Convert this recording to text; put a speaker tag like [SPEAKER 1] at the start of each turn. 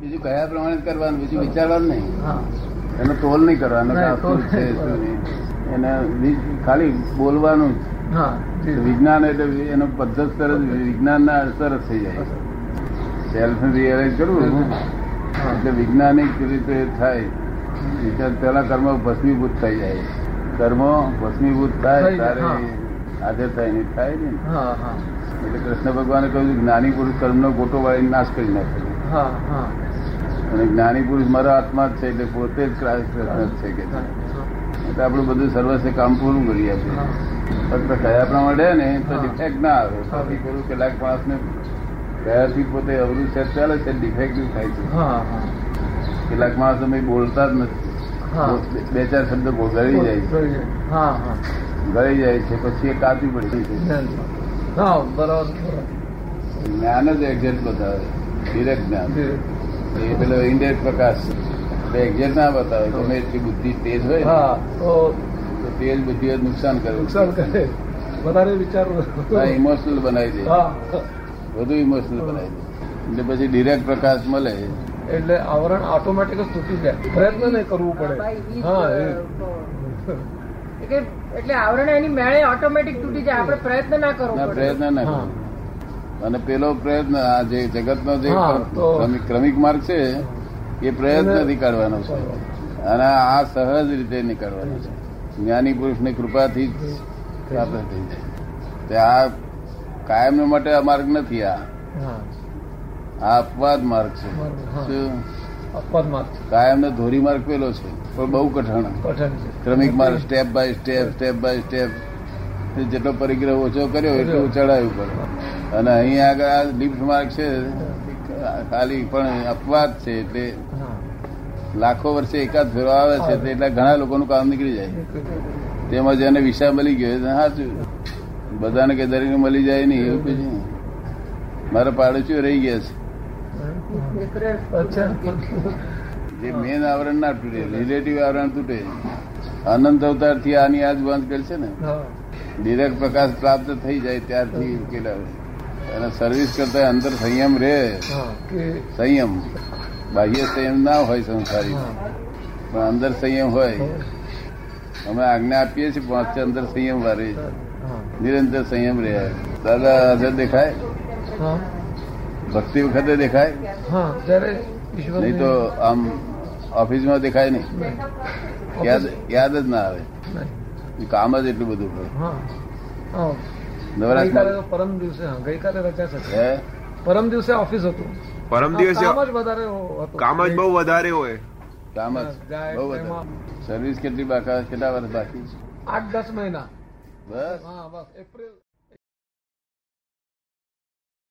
[SPEAKER 1] બીજું કયા પ્રમાણે કરવાનું બીજું વિચારવાનું નહીં
[SPEAKER 2] હા
[SPEAKER 1] એનો તોલ નહીં કરવાનો કે
[SPEAKER 2] ના,
[SPEAKER 1] આ
[SPEAKER 2] તોલ
[SPEAKER 1] શું છે
[SPEAKER 2] નહીં
[SPEAKER 1] શું નહીં એને વિ- ખાલી બોલવાનું જ.
[SPEAKER 2] હા
[SPEAKER 1] વિજ્ઞાન એટલે એનો પદ્ધત સરસ વિજ્ઞાનના અસર જ થઈ જાય સેલ્ફ રિયલાઇઝ કરવું
[SPEAKER 2] હા.
[SPEAKER 1] એટલે વૈજ્ઞાનિક રીતે થાય વિચાર પેલા કર્મ ભસ્મીભૂત થઈ જાય કર્મ ભસ્મીભૂત થાય
[SPEAKER 2] થઈ જાય,
[SPEAKER 1] તારે હાજર થાય નહીં થાય નહીં
[SPEAKER 2] હા હા
[SPEAKER 1] એટલે કૃષ્ણ ભગવાને કહ્યું કે જ્ઞાની પુરુષ કર્મનો ગોટો વાળીને નાશ કરી નાખે
[SPEAKER 2] હા હા
[SPEAKER 1] અને જ્ઞાની પુરુષ મારા આત્મા જ છે એટલે પોતે જ ક્રાસ કૃષ્ણ જ છે કે છે. એટલે આપણું બધું સર્વસ્વ કામ પૂરું કરી આપે ફક્ત કયા પ્રમાણે રહે ને તો
[SPEAKER 2] હા.
[SPEAKER 1] ડિફેક્ટ ના આવે બાકી પેલું કેટલાક માણસને કયાથી પોતે અવરું છે ચાલે છે ડિફેક્ટિવ થાય છે
[SPEAKER 2] હા
[SPEAKER 1] કેટલાક માણસ અમે બોલતા જ
[SPEAKER 2] હા
[SPEAKER 1] નથી બે ચાર શબ્દ બો- ગળી જાય છે
[SPEAKER 2] હા હા
[SPEAKER 1] ગળી જાય છે પછી એ કાચી પડી જાય
[SPEAKER 2] હા બરાબર
[SPEAKER 1] છે જ્ઞાન જ એક્ઝેક્ટ બતાવે ડિરેક્ટ જ્ઞાન એ પેલો ઇન્ડિયન પ્રકાશ છે એક્ઝેક્ટ ના બતાવે તમે એટલી બુદ્ધિ તેજ હોય ને,
[SPEAKER 2] હા તો
[SPEAKER 1] તો તેજ બુદ્ધિ જ નુકસાન કરે
[SPEAKER 2] નુકસાન કરે વધારે વિચારવું
[SPEAKER 1] ઇમોશનલ બનાવી દે
[SPEAKER 2] હા
[SPEAKER 1] વધુ ઇમોશનલ બનાવી દે એટલે પછી ડિરેક્ટ પ્રકાશ મળે
[SPEAKER 2] એટલે આવરણ ઓટોમેટિક જ તૂટી જાય પ્રયત્ન નહીં કરવું
[SPEAKER 3] ભાઈ,
[SPEAKER 2] પડે
[SPEAKER 3] ઈ જ,
[SPEAKER 2] હા
[SPEAKER 3] અ,
[SPEAKER 2] એ.
[SPEAKER 3] તો. એટલે- એટલે આવરણ એની મેળે ઓટોમેટિક તૂટી જાય આપણે પ્રયત્ન ના કરવો
[SPEAKER 1] ના
[SPEAKER 3] પડે
[SPEAKER 1] પ્રયત્ન ના
[SPEAKER 2] હા.
[SPEAKER 1] કરે. અને પેલો પ્રયત્ન આ જે જગતનો જે
[SPEAKER 2] હા, તો-
[SPEAKER 1] ક્રમિક- ક્રમિક માર્ગ છે એ પ્રયત્ન નીકાળવાનો છે અને આ સહજ રીતે નીકળવાનો છે જ્ઞાની પુરુષની કૃપાથી જ પ્રાપ્ત થઈ જાય તે આ કાયમ માટે આ માર્ગ નથી આ
[SPEAKER 2] હા
[SPEAKER 1] આ અપવાદ માર્ગ છે
[SPEAKER 2] માર્ગ, હા.
[SPEAKER 1] શું?
[SPEAKER 2] અપવાદ માર્ગ
[SPEAKER 1] કાયમનો ધોરી માર્ગ પેલો છે પણ બહુ કઠણ
[SPEAKER 2] કઠણ છે
[SPEAKER 1] ક્રમિક માર્ગ step by step step by step એ જેટલો પરિગ્રહ ઓછો કર્યો એટલું ચડાયું પડે અને અહીં આગળ આ લિફ્ટ માર્ગ છે ખાલી પણ અપવાદ છે એટલે
[SPEAKER 2] હા
[SPEAKER 1] લાખો વર્ષે એકાદ ફેરો આવે છે તો એટલા ઘણા લોકોનું કામ નીકળી જાય તેમાં જેને વિસા મળી ગયો એને સાચું બધાને કે દરેકને મળી જાય નહીં એવું પછી મારા પાડોશીઓ રહી ગયા છે
[SPEAKER 2] અચ્છા
[SPEAKER 1] જે મેન આવરણ ના તૂટે રિલેટિવ આવરણ તૂટે અનંત અવતાર થી આની આજ બંધ કરશે ને
[SPEAKER 2] હા
[SPEAKER 1] ડિરેક્ટ પ્રકાશ પ્રાપ્ત થઈ જાય ત્યારથી ઉકેલા અને સર્વિસ કરતા અંતર સંયમ રહે
[SPEAKER 2] હા કે
[SPEAKER 1] સંયમ બાહ્ય સંયમ ના હોય સંસારી
[SPEAKER 2] હા
[SPEAKER 1] પણ અંદર સંયમ હોય અમે આજ્ઞા આપીએ છીએ પાંચ અંદર સંયમ વારે
[SPEAKER 2] હા
[SPEAKER 1] નિરંતર સંયમ રહે દાદા હાજર દેખાય
[SPEAKER 2] હા
[SPEAKER 1] ભક્તિ વખતે દેખાય
[SPEAKER 2] હા ત્યારે ઈશ્વર
[SPEAKER 1] નહીં તો આમ ઓફિસમાં દેખાય નહીં યાદ યાદ જ ના આવે કામ જ એટલું બધું હોય
[SPEAKER 2] હા હા ગઈકાલે તો
[SPEAKER 1] નવરાત્રી
[SPEAKER 2] પરમ દિવસે હા ગઈકાલે રજા થશે
[SPEAKER 1] હે
[SPEAKER 2] પરમ દિવસે ઓફિસ હતું
[SPEAKER 4] પરમ દિવસે
[SPEAKER 2] કામ જ વધારે હતું
[SPEAKER 4] કામ જ બહુ વધારે હોય
[SPEAKER 1] કામ જ
[SPEAKER 2] જાય
[SPEAKER 1] બહુ
[SPEAKER 2] એમાં.
[SPEAKER 1] વધારે સર્વિસ કેટલી બાકી કેટલા વર્ષ બાકી છે?
[SPEAKER 2] આઠ દસ મહિના
[SPEAKER 1] બસ
[SPEAKER 2] હા બસ એપ્રિલ